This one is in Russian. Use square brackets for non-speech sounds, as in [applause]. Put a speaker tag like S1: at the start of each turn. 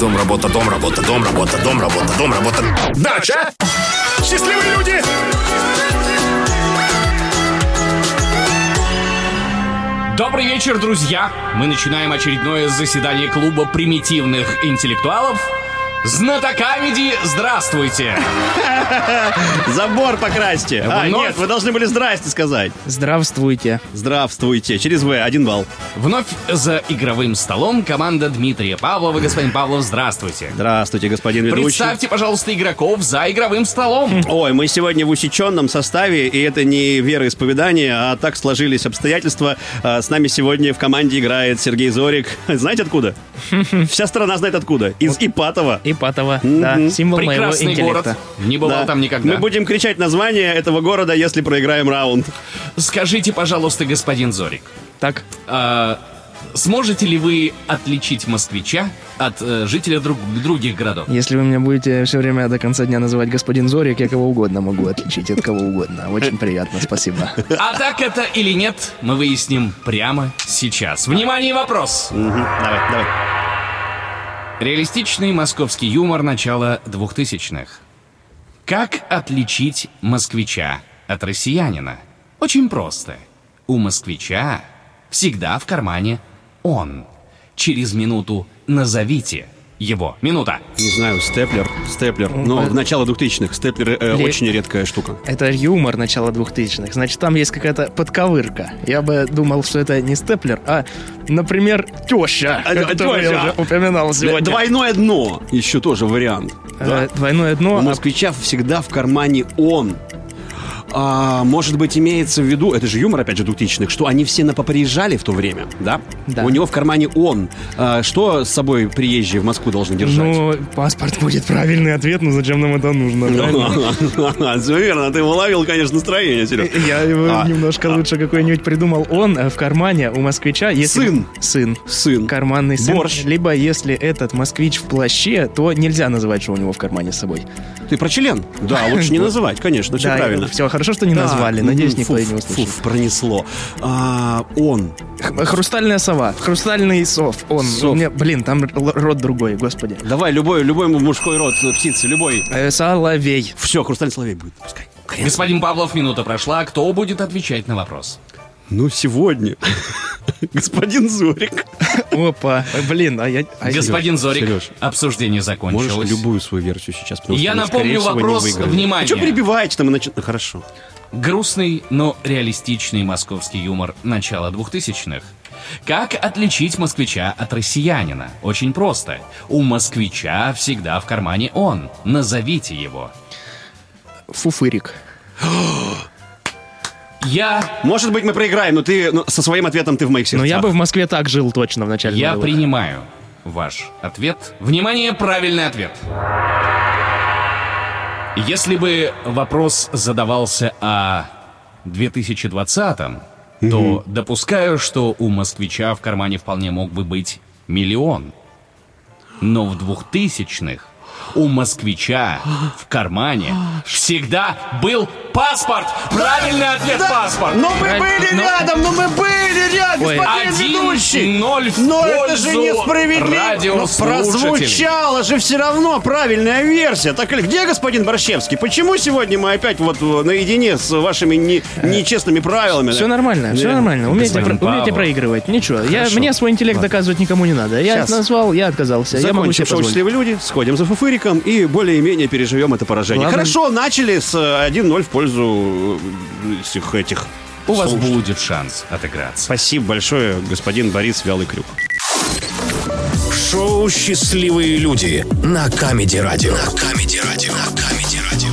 S1: Дом, работа, дом, работа, дом, работа, дом, работа, дом, работа. Дача! Счастливые люди!
S2: Добрый вечер, друзья! Мы начинаем очередное заседание клуба примитивных интеллектуалов. Знатокамеди, здравствуйте!
S3: Забор покрасьте. А,
S2: Вновь.
S3: нет, вы должны были здрасте сказать.
S4: Здравствуйте.
S3: Здравствуйте. Через В, один балл.
S2: Вновь за игровым столом команда Дмитрия Павлова. Господин Павлов, здравствуйте!
S3: Здравствуйте, господин ведущий. Хм.
S2: Представьте, пожалуйста, игроков за игровым столом.
S3: Ой, мы сегодня в усеченном составе, и это не вероисповедание, а так сложились обстоятельства. А, С нами сегодня в команде играет Сергей Зорик.
S2: [laughs]
S3: Знаете откуда? Вся страна знает откуда. Из Ипатова.
S4: Ипатова. Да, символ моего
S2: Прекрасный город.
S4: интеллекта.
S2: Не бывал
S3: Да.
S2: там никогда.
S3: Мы будем кричать название этого города, если проиграем раунд.
S2: Скажите, пожалуйста, господин Зорик,
S4: Так,
S2: а, сможете ли вы отличить москвича от э, жителя друг- других городов?
S4: если вы меня будете все время до конца дня называть господин Зорик, я кого угодно могу отличить от кого угодно. Очень приятно, спасибо.
S2: А так это или нет, мы выясним прямо сейчас. Внимание, вопрос!
S3: Мгм, Давай, давай.
S2: Реалистичный московский юмор начала 2000-х. Как отличить москвича от россиянина? Очень просто. У москвича всегда в кармане он. Через минуту назовите его. Минута.
S3: Не знаю, степлер. Степлер. Ну, в начало 2000-х степлер э,
S4: Ле-
S3: очень редкая штука.
S4: Это юмор начала 2000-х. Значит, там есть какая-то подковырка. Я бы думал, что это не степлер, а, например, теща,
S3: А,
S4: которую
S3: тёща. Э,
S4: я уже упоминал сегодня.
S3: Двойное дно. Еще тоже вариант.
S4: Э, Двойное дно.
S3: У
S4: а
S3: москвича всегда в кармане он. А, может быть, имеется в виду, это же юмор, опять же, двухтысячных, что они все напоприезжали в то время, да?
S4: Да.
S3: У него в кармане он. А, что с собой приезжие в Москву должны держать? [laughs]
S4: Ну, паспорт будет правильный ответ, но зачем нам это нужно?
S3: Ну,
S4: правильно?
S3: Все верно, ты уловил, конечно, настроение, Серег.
S4: Я его
S3: А,
S4: немножко
S3: а.
S4: лучше какой-нибудь придумал. Он э, в кармане у москвича... Если...
S3: Сын.
S4: Сын.
S3: Сын.
S4: Карманный сын.
S3: Борщ.
S4: Либо если этот москвич в плаще, то нельзя называть, что у него в кармане с собой.
S3: Ты про член? Да, лучше не называть, конечно, все
S4: Да,
S3: правильно.
S4: Все, хорошо, что не
S3: Да.
S4: назвали. Надеюсь,
S3: Мгм,
S4: никто
S3: фу,
S4: и не
S3: фу,
S4: услышит.
S3: фу, пронесло. А, он.
S4: Х- Хрустальная сова. Хрустальный сов. Он.
S3: Сов.
S4: У меня, блин, там л- род другой, господи.
S3: Давай, любой, любой мужской род э, птицы, любой. [laughs]
S4: Э, Соловей.
S3: Все, хрустальный словей будет, пускай.
S2: Господин Павлов, минута прошла. Кто будет отвечать на вопрос?
S3: Ну, сегодня. [laughs] Господин Зорик.
S4: Опа. Э, Блин, а я... а я-
S2: господин Зорик,
S3: Серёж,
S2: обсуждение закончилось.
S3: Можешь любую свою версию сейчас. потому
S2: Я
S3: что мы,
S2: напомню
S3: скорее всего, не
S2: вопрос,
S3: выиграем.
S2: внимание.
S3: А что перебиваете-то? Мы начи- Ну, Хорошо.
S2: Грустный, но реалистичный московский юмор начала 2000-х. Как отличить москвича от россиянина? Очень просто. У москвича всегда в кармане он. Назовите его.
S4: Фуфырик.
S2: Я,
S3: Может быть, мы проиграем, но ты ну, со своим ответом ты в моих сердцах.
S4: Но я бы в Москве так жил точно в начале
S2: я
S4: нулевых.
S2: принимаю ваш ответ. Внимание, правильный ответ. Если бы вопрос задавался о 2020-м, то допускаю, что у москвича в кармане вполне мог бы быть миллион. Но в 2000-х у москвича в кармане всегда был паспорт. Правильный ответ паспорт. ну.
S3: Но мы
S4: Правильно.
S3: были
S4: Но-
S3: рядом, но мы были рядом,
S4: Ой.
S3: господин ведущий.
S2: Один ноль в
S3: Но это
S2: пользу
S3: же несправедливо. Но
S2: радиослушателей.
S3: прозвучала же все равно правильная версия. Так или где господин Борщевский? Почему сегодня мы опять вот э, наедине с вашими не-
S2: Э,
S3: нечестными правилами?
S4: Все нормально, все
S3: Да.
S4: нормально. Умеете,
S2: Господин
S4: про- умеете
S2: Павлов.
S4: проигрывать. Ничего. Я, мне свой интеллект доказывать никому не надо. Я
S3: Щас.
S4: назвал, я отказался. Я могу
S3: Закончим
S4: себе
S3: шоу
S4: позволить.
S3: «Счастливые люди», сходим за фуфыриком и более-менее переживем это поражение.
S4: Главное-
S3: Хорошо, начали с э, 1-0 в пользу э, всех этих.
S2: У вас
S3: слушателей.
S2: будет шанс отыграться.
S3: Спасибо большое, господин Борис Вялый Крюк.
S1: Шоу «Счастливые люди» на Камеди Радио. На Камеди Радио. На Камеди Радио.